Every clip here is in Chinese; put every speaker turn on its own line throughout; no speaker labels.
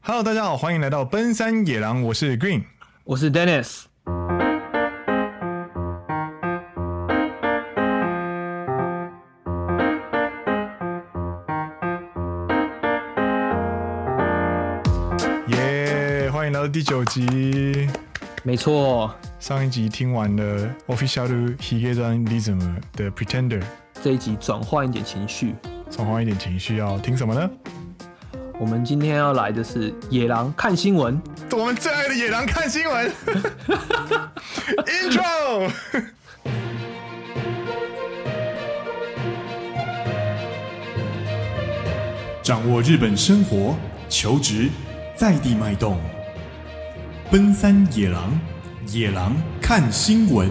Hello，大家好，欢迎来到奔山野狼，我是 Green。
我是 Dennis。
耶、欢迎来到第九集。
没错，
上一集听完了 Official Higedalism 的 Pretender，
这一集转换一点情绪，
转换一点情绪，要听什么呢？
我们今天要来的是野狼看新闻。
我们最爱的野狼看新闻。Intro。
掌握日本生活、求职、在地脉动，奔三野狼，野狼看新闻。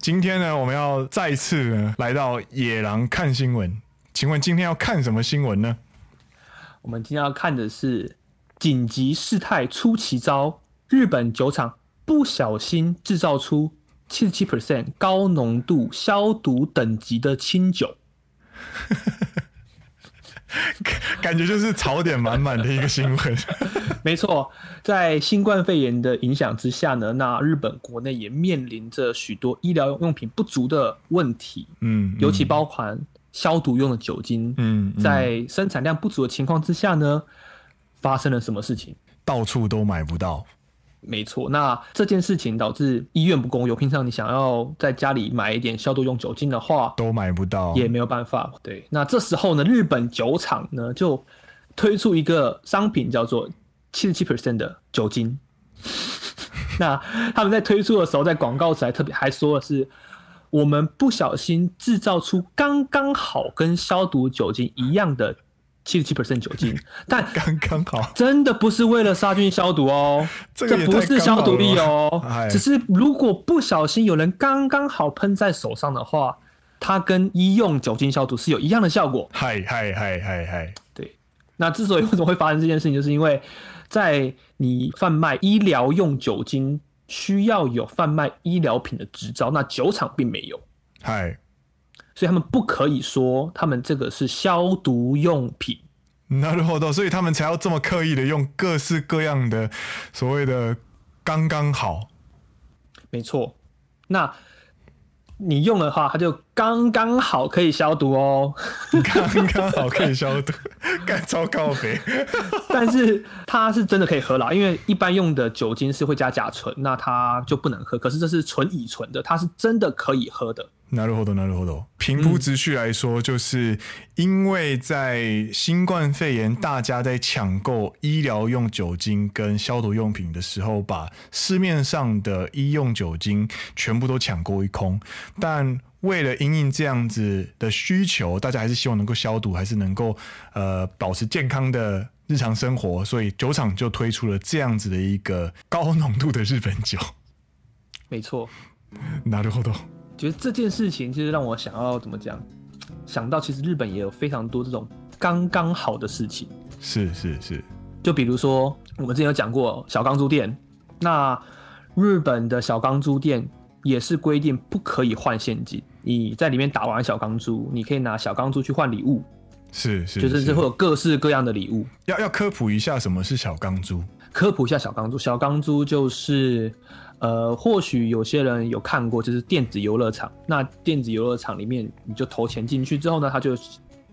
今天呢，我们要再次呢来到野狼看新闻。请问今天要看什么新闻呢？
我们今天要看的是紧急事态出奇招，日本酒厂不小心制造出七十七 percent 高浓度消毒等级的清酒。
感觉就是槽点满满的一个新闻。
没错，在新冠肺炎的影响之下呢，那日本国内也面临着许多医疗用品不足的问题，
嗯，嗯
尤其包含消毒用的酒精。
嗯，嗯
在生产量不足的情况之下呢，发生了什么事情？
到处都买不到。
没错，那这件事情导致医院不公有。平常你想要在家里买一点消毒用酒精的话，
都买不到，
也没有办法。对，那这时候呢，日本酒厂呢就推出一个商品叫做七十七 percent 的酒精。 那他们在推出的时候，在广告词还特别还说的是，我们不小心制造出刚刚好跟消毒酒精一样的七十七 percent 酒精，但
刚刚好。
真的不是为了杀菌消毒哦，
这
这
个也
不是消毒
太
力哦
刚好了吧 哎，
只是如果不小心有人刚刚好喷在手上的话，它跟医用酒精消毒是有一样的效果。
嗨嗨嗨嗨嗨！
对，那之所以为什么会发生这件事情，就是因为在你贩卖医疗用酒精需要有贩卖医疗品的执照，那酒厂并没有，
嗨，
所以他们不可以说他们这个是消毒用品。
なるほど，所以他们才要这么刻意的用各式各样的所谓的刚刚好。
没错，那你用的话，它就刚刚好可以消毒哦。
刚刚好可以消毒， 干超高肥。
但是它是真的可以喝啦，因为一般用的酒精是会加甲醇，那它就不能喝。可是这是纯乙醇的，它是真的可以喝的。
なるほど，なるほど。平铺直叙来说，就是因为在新冠肺炎，大家在抢购医疗用酒精跟消毒用品的时候，把市面上的医用酒精全部都抢购一空。但为了因应这样子的需求，大家还是希望能够消毒，还是能够呃保持健康的日常生活，所以酒厂就推出了这样子的一个高浓度的日本酒。
没错，
なるほど。
觉得这件事情就是让我想要怎么讲，想到其实日本也有非常多这种刚刚好的事情。
是是是，
就比如说，我们之前有讲过小钢珠店，那日本的小钢珠店也是规定不可以换现金。你在里面打完小钢珠，你可以拿小钢珠去换礼物，
是是，
就是这会有各式各样的礼物。
要要科普一下什么是小钢珠。
科普一下小钢珠，小钢珠就是，呃，或许有些人有看过，就是电子游乐场。那电子游乐场里面，你就投钱进去之后呢，它就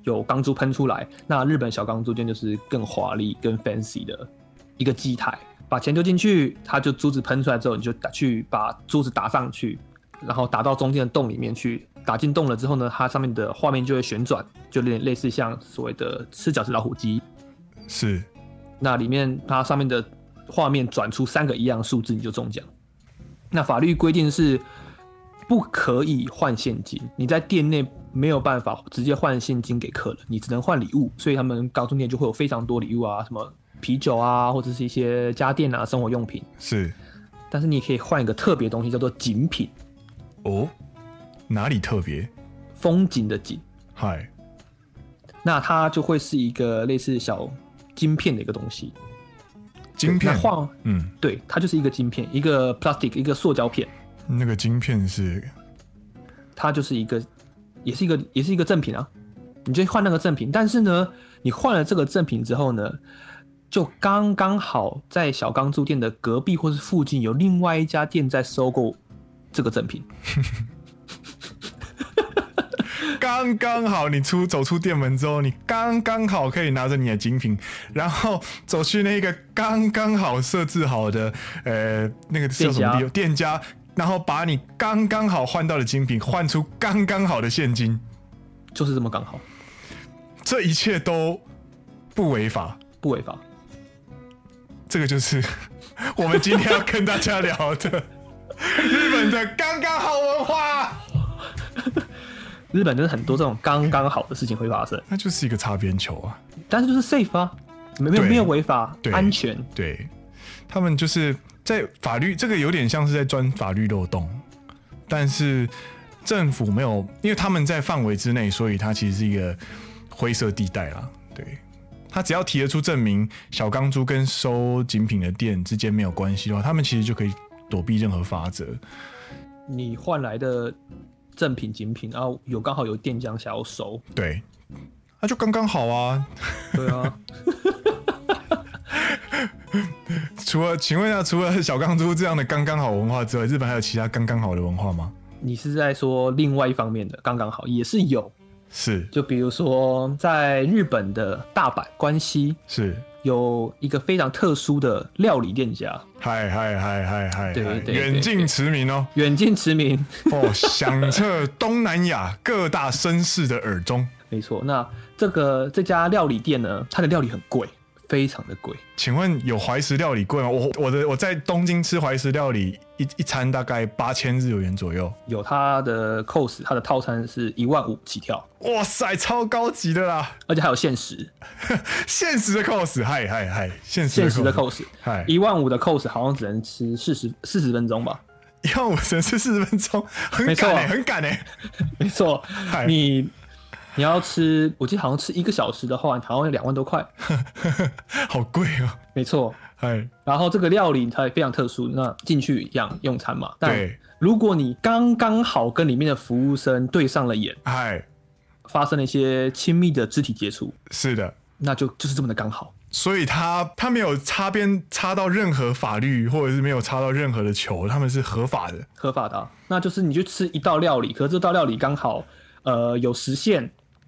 有钢珠喷出来。那日本小钢珠店就是更华丽、更 fancy 的一个机台，把钱丢进去，它就珠子喷出来之后，你就打去把珠子打上去，然后打到中间的洞里面去。打进洞了之后呢，它上面的画面就会旋转，就有点类似像所谓的吃饺子老虎机
是
那里面它上面的画面转出三个一样的数字，你就中奖。那法律规定是不可以换现金，你在店内没有办法直接换现金给客人，你只能换礼物。所以他们高中店就会有非常多礼物啊，什么啤酒啊，或者是一些家电啊、生活用品。
是
但是你也可以换一个特别东西，叫做景品，
哦，哪里特别？
风景的景。
嗨，
那它就会是一个类似小金片的一个东西。
晶片
那换
嗯，
对，它就是一个晶片，一个 plastic，一个塑胶片，
那个晶片是
它就是一个，也是一个，也是一个赠品啊。你就换那个赠品，但是呢，你换了这个赠品之后呢，就刚刚好在小钢珠店的隔壁或是附近有另外一家店在收购这个赠品，
刚刚好，你出走出店门之后，你刚刚好可以拿着你的精品，然后走去那个刚刚好设置好的呃那个叫什么地方店家，然后把你刚刚好换到的精品换出刚刚好的现金，
就是这么刚好，
这一切都不违法。
不违法。
这个就是 我们今天要跟大家聊的 日本的刚刚好文化，
日本真的很多这种刚刚好的事情会发生，
那就是一个擦边球啊。
但是就是 safe 啊，没没有
对
没有违法
对，
安全。
对他们就是在法律这个有点像是在钻法律漏洞，但是政府没有，因为他们在范围之内，所以它其实是一个灰色地带啦。对，他只要提得出证明小钢珠跟收精品的店之间没有关系的话，他们其实就可以躲避任何法则。
你换来的正品精品啊，有刚好有店家想要收，
对，那、就刚刚好啊。
对啊，
除了请问一下，除了小钢珠这样的刚刚好文化之外，日本还有其他刚刚好的文化吗？
你是在说另外一方面的刚刚好也是有，
是
就比如说在日本的大阪关西
是，
有一个非常特殊的料理店家，
嗨嗨嗨嗨嗨，
对对对
远近驰名哦，
远近驰名，
哦，响彻东南亚各大绅士的耳中。
没错。那这个这家料理店呢，它的料理很贵，非常的贵，
请问有怀石料理贵吗？我我的我在东京吃怀石料理一一餐大概八千日元左右，
有它的 cos，它的套餐是一万五起跳，
哇塞，超高级的啦！
而且还有限时，
现实的 cos，嗨嗨嗨，现实
限时的
cos，
cos，
嗨，
一万五的 cos 好像只能吃四十四十分钟吧。
一样我只能吃四十分钟，很
没错
赶哎、很赶哎、
没错
嗨，
你你要吃，我记得好像吃一个小时的话，好像两万多块，
好贵哦、
没错。
嗨，
然后这个料理它也非常特殊，那进去一样用餐嘛。但
对，
如果你刚刚好跟里面的服务生对上了眼，
嗨，
发生了一些亲密的肢体接触，
是的。
那就就是这么的刚好。
所以他他没有擦边擦到任何法律，或者是没有擦到任何的球，他们是合法的。
合法的啊、那就是你去吃一道料理，可是这道料理刚好，呃，有时限，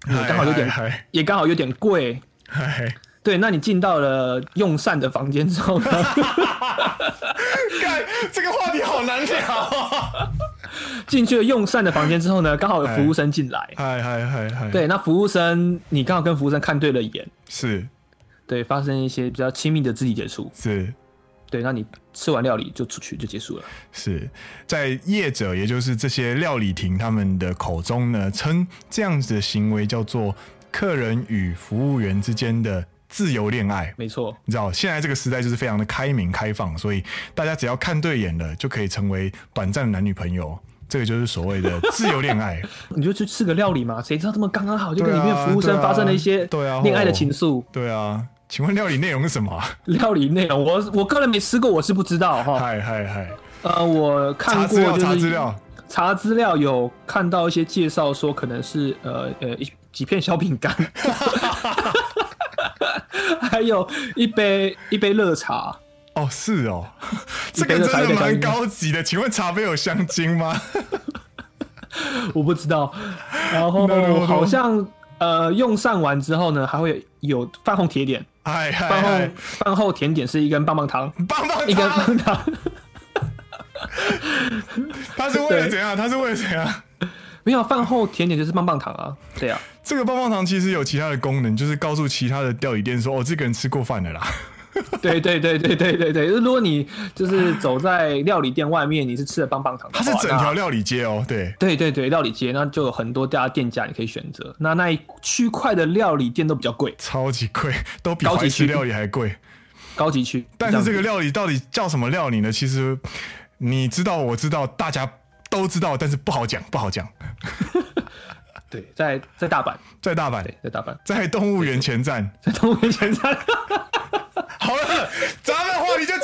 也刚好有点，
嗨嗨
也刚好有点贵。
嗨嗨
对，那你进到了用膳的房间之后 呢，
干这个话题好难聊、啊。
进去了用膳的房间之后呢，刚好有服务生进来。
嗨嗨嗨嗨，，
对，那服务生你刚好跟服务生看对了眼，
是
对，发生一些比较亲密的肢体接触。
是
对，那你吃完料理就出去就结束了。
是，在业者，也就是这些料理亭他们的口中呢，称这样子的行为叫做客人与服务员之间的自由恋爱。
没错，
你知道，现在这个时代就是非常的开明开放，所以大家只要看对眼了，就可以成为短暂的男女朋友。这个就是所谓的自由恋爱。
你就去吃个料理嘛，谁知道这么刚刚好就跟
对
里
啊
面服务生发生了一些
对啊对啊
恋爱的情愫。
对啊，请问料理内容是什 么啊？
料理内容，我我个人没吃过，我是不知道哈。
嗨嗨嗨，
呃，我
查
看
资料
过就是
查资料，
查资料有看到一些介绍说可能是呃呃一几片小 饼干， 还有一杯一杯热茶，
哦是哦，这
一
个
杯热茶
真的
一杯香
蛮
槟
高级的。请问茶杯有香精吗？
我不知道。然后
那如果
好像呃用膳完之后呢，还会有饭后甜点，
嗨嗨
饭
嗨
后，饭后甜点是一根棒 棒糖，
棒棒
一根
糖，
棒棒糖。
他是为了
对
怎样？他是为了怎样？
没有饭后甜点就是棒棒糖啊，对啊，
这个棒棒糖其实有其他的功能，就是告诉其他的料理店说，哦，这个人吃过饭的啦。
对对对对对对对。如果你就是走在料理店外面，你是吃的棒棒糖的
它
话，
是整
那
条料理街哦，对，
对对对，料理街那就有很多家店家你可以选择。那那一区块的料理店都比较贵，
超级贵， 都比
高级
怀石
区
料理还 贵。
高级区。
但是这个
样子
料理到底叫什么料理呢？其实你知道，我知道，大家都知道，但是不好讲，不好讲。
对，在在大阪，
在大阪，
对，在大阪，
在动物园前站。
在东园前站。
好了，咱们哦危险了，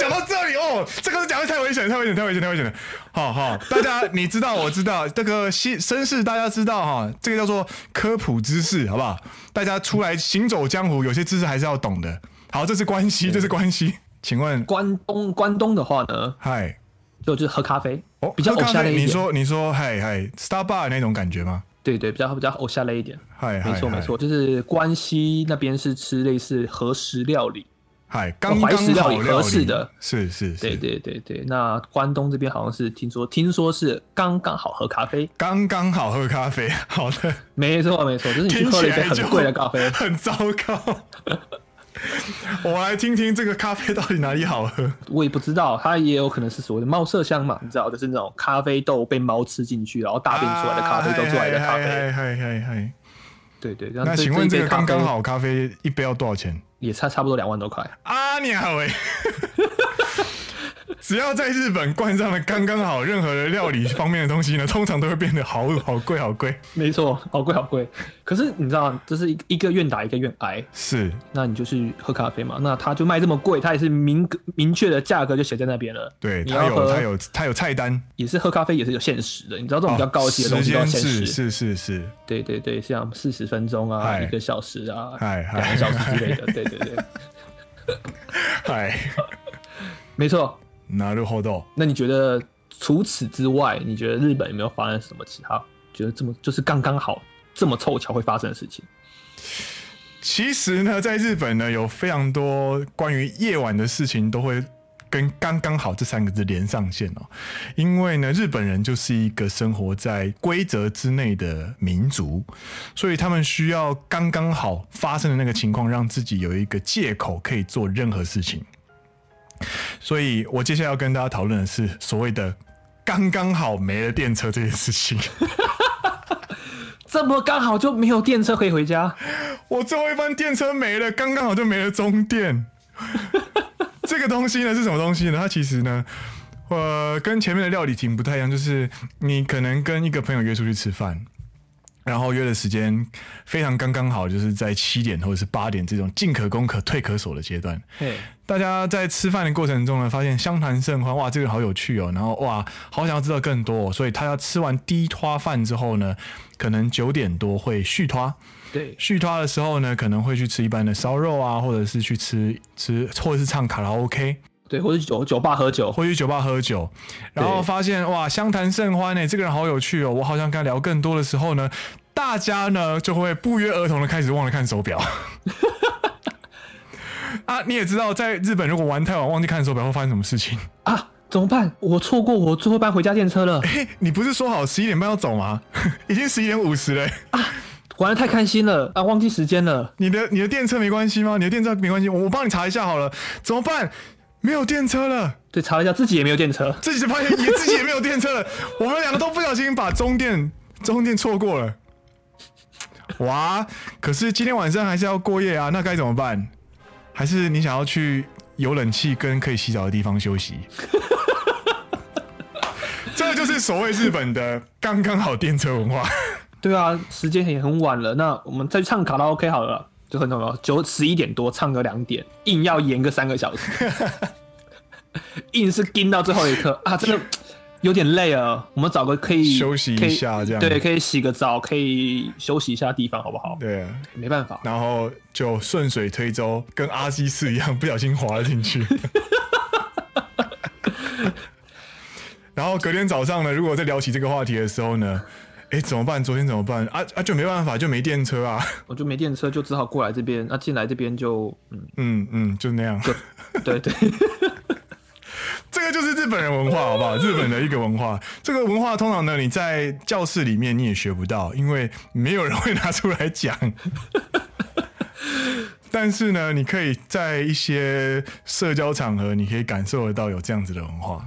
太危险了，太危险了，太危险了！好好，大家你知道，我知道，这个新绅士大家知道哈，这个叫做科普知识，好不好？大家出来行走江湖，有些知识还是要懂的。好，这是关系，这是关系。请问，
关东关东的话呢，
嗨，
就就是喝咖啡，
哦，
比较
喝
偶
咖
像的
啡，
一
你
点。
说你说，嗨嗨，Starbucks 那种感觉吗？
对对，比较比较偶像类一点。
嗨，
没错
嗨
没错，，就是关西那边是吃类似和食料理，
嗨，嗨刚
哦怀石
刚
料
好
理
料
合适
理
的，
是是
对
是，
对对对。那关东这边好像是听说听说是刚刚好喝咖啡，
刚刚好喝咖啡， 好的，
没错没错，就是你去
听
喝
起
了一杯
来就，
很贵的咖啡
很糟糕。我来听听这个咖啡到底哪里好喝。
我也不知道，它也有可能是所谓的猫麝香嘛，你知道，就是那种咖啡豆被猫吃进去，然后大便出来的咖啡豆出来
哎
的咖啡。
嗨嗨嗨嗨！
对对，
那
那
请问这个刚刚
好
好咖啡一杯要多少钱？
也差差不多两万多块。
啊鸟喂！ 只要在日本冠上了刚刚好，任何的料理方面的东西呢，通常都会变得好好贵好贵。
没错，好贵好贵。可是你知道，这是一一个愿打一个愿挨，
是
那你就去喝咖啡嘛。那它就卖这么贵，它也是明明确的价格就写在那边了。
对，
你
它
要喝
有它有它有菜单，
也是喝咖啡也是有限时的，你知道这种比较高级的
哦
东
时
西都有
间
限
是
时。
是是是，
对对对，像四十分钟啊，
嗨
一个小时啊，
嗨嗨
两个小时之类 的。对对对，
嗨，
没错。
なるほど。
那你觉得除此之外，你觉得日本有没有发生什么其他觉得这么就是刚刚好这么凑巧会发生的事情？
其实呢，在日本呢，有非常多关于夜晚的事情都会跟“刚刚好”这三个字连上线哦。因为呢，日本人就是一个生活在规则之内的民族，所以他们需要刚刚好发生的那个情况，让自己有一个借口可以做任何事情。所以我接下来要跟大家讨论的是所谓的“刚刚好没了电车”这件事情。
这么刚好就没有电车可以回家，
我最后一班电车没了，刚刚好就没了终点。这个东西呢是什么东西呢？它其实呢，呃，跟前面的料理题目不太一样，就是你可能跟一个朋友约出去吃饭，然后约的时间非常刚刚好，就是在七点或者是八点这种进可攻可退可守的阶段。
嘿，
大家在吃饭的过程中呢，发现相谈甚欢，哇，这个好有趣哦，然后哇，好想要知道更多哦、所以他要吃完第一拖饭之后呢，可能九点多会续拖。
对，
续托的时候呢，可能会去吃一般的烧肉啊，或者是去吃吃，或者是唱卡拉 OK，
对，或者酒酒吧喝酒，
或去酒吧喝酒，然后
对
发现哇，相谈甚欢呢、这个人好有趣哦，我好想跟他聊更多的时候呢，大家呢就会不约而同的开始忘了看手表。 啊，你也知道，在日本如果玩太晚忘记看手表会发生什么事情？
啊，怎么办？我错过我最后一班回家电车了，
嘿，你不是说好十一点半要走吗？ 已经十一点五十了、欸
玩的太开心了啊，忘记时间了。
你的你的电车没关系吗？你的电车没关系，我我帮你查一下好了。怎么办？没有电车了，
对，查了一下自己也没有电车，
自己发现也自己也没有电车了。我们两个都不小心把终电终电错过了。哇！可是今天晚上还是要过夜啊，那该怎么办？还是你想要去有冷气跟可以洗澡的地方休息？ 这就是所谓日本的刚刚好电车文化。
对啊，时间也很晚了，那我们再去唱卡拉 OK 好了，就很重要，九十一点多唱个两点，硬要延个三个小时， 硬是盯到最后一刻啊，真的有点累啊。我们找个可以
休息一
可以
下这样
对，可以洗个澡，可以休息一下的地方，好不好？
对啊，
没办法，
然后就顺水推舟，跟阿基斯一样不小心滑了进去。 然后隔天早上呢，如果再聊起这个话题的时候呢，哎，怎么办？昨天怎么办？啊啊，就没办法，就没电车啊。
我就没电车，就只好过来这边。那、进来这边就，嗯，
嗯嗯，就那样。
对对，
这个就是日本人文化，好不好？日本的一个文化，这个文化通常呢，你在教室里面你也学不到，因为没有人会拿出来讲。 但是呢，你可以在一些社交场合，你可以感受得到有这样子的文化。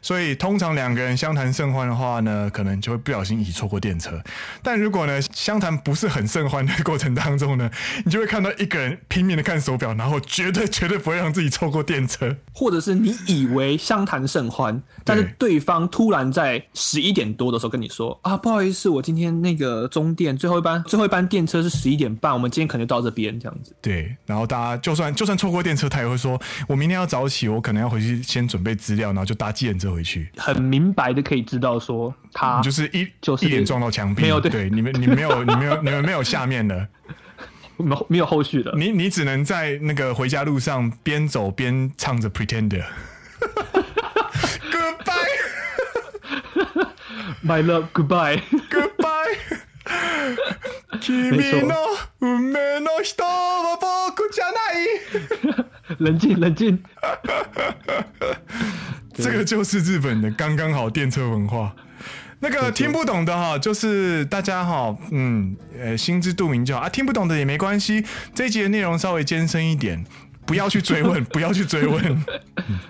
所以通常两个人相谈甚欢的话呢，可能就会不小心已错过电车。但如果呢相谈不是很甚欢的过程当中呢，你就会看到一个人拼命的看手表，然后绝对绝对不会让自己错过电车。
或者是你以为相谈甚欢，但是对方突然在十一点多的时候跟你说啊，不好意思，我今天那个终电最后一班最后一班电车是十一点半，我们今天可能就到这边这样子。
对，然后大家就算就算错过电车，他也会说，我明天要早起，我可能要回去先准备资料，然后就搭计计程车回去，
很明白的可以知道说他
你就是一
啊就是
一脸撞到墙壁，
没有对
对，你们你没有你没有你们没有下面 的，
没有没有后续的，
你你只能在那个回家路上边走边唱着 Pretender。Goodbye,
My love, goodbye。
goodbye.
没错
君の運命の人は僕じゃない。
冷静，冷静。
这个就是日本的刚刚好电车文化。那个听不懂的哈，就是大家哈，嗯，呃，心知肚明就好啊。听不懂的也没关系，这一集的内容稍微艰深一点，不要去追 问，不要去追问。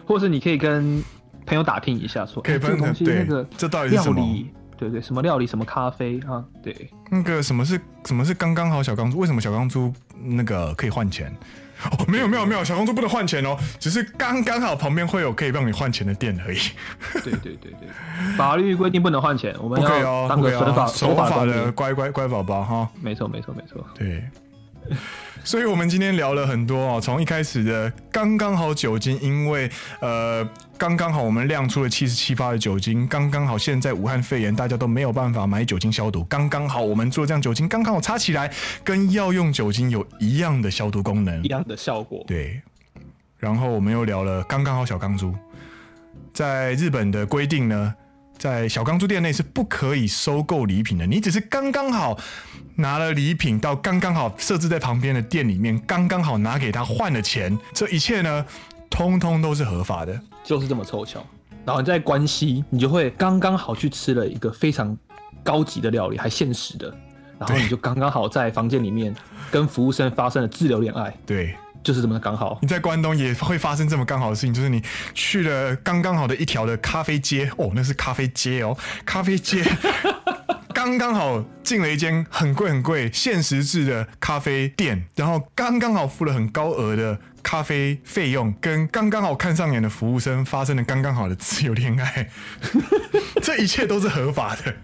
或是你可以跟朋友打听一下，说
可以
哎这个
分
东西
对
那个
这到底是
料
什么
理，对对，什么料理，什么咖啡啊，对，
那个什么是什么是刚刚好小钢珠？为什么小钢珠那个可以换钱？哦，没有没有没有，小钢珠不能换钱哦，只是刚刚好旁边会有可以让你换钱的店而已，
对对对对，法律规定不能换钱，我们
不可以哦
要，当
不
个
可以
守
哦
法，
守
法
法
公
的
民。
乖乖乖宝宝哈。
没错没错没错，
对， 所以我们今天聊了很多哦，从一开始的刚刚好酒精，因为呃刚刚好我们量出了七十七趴的酒精，刚刚好现在武汉肺炎大家都没有办法买酒精消毒，刚刚好我们做这样酒精刚刚好擦起来，跟药用酒精有一样的消毒功能
一，样的效果。
对。然后我们又聊了刚刚好小钢珠，在日本的规定呢，在小钢珠店内是不可以收购礼品的，你只是刚刚好拿了礼品到刚刚好设置在旁边的店里面，刚刚好拿给他换了钱，这一切呢，通通都是合法的。
就是这么凑巧。然后你在关西，你就会刚刚好去吃了一个非常高级的料理，还限时的。然后你就刚刚好在房间里面跟服务生发生了自由恋爱，
对，
就是这么刚好。
你在关东也会发生这么刚好的事情，就是你去了刚刚好的一条的咖啡街，哦，那是咖啡街哦，咖啡街刚刚好进了一间很贵很贵限时制的咖啡店，然后刚刚好付了很高额的咖啡费用，跟刚刚好看上眼的服务生发生了刚刚好的自由恋爱， 这一切都是合法的。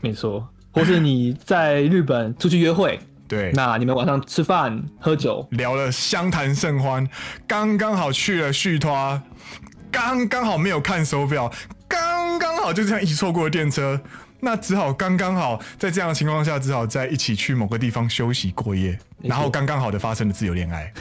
没错，或是你在日本出去约会，
对，
那你们晚上吃饭喝酒，
聊了相谈甚欢，刚刚好去了续托，刚刚好没有看手表，刚刚好就这样一起错过了电车，那只好刚刚好在这样的情况下，只好在一起去某个地方休息过夜，
错
然后刚刚好的发生了自由恋爱。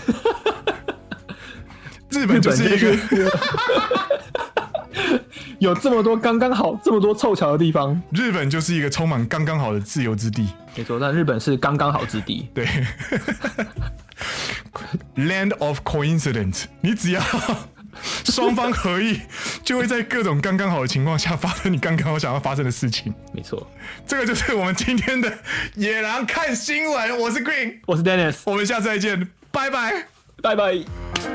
日
日
本就
本
是一个，
真的是有这么多刚刚好，这么多凑巧的地方。
日本就是一个充满刚刚好的自由之地，
没错，但日本是刚刚好之地。
对。Land of coincidence，你只要双方合意，就会在各种刚刚好的情况下发生你刚刚好想要发生的事情。
没错，
这个就是我们今天的野狼看新闻，我是 Green，
我是 Dennis，
我们下次再见，拜拜。
拜拜。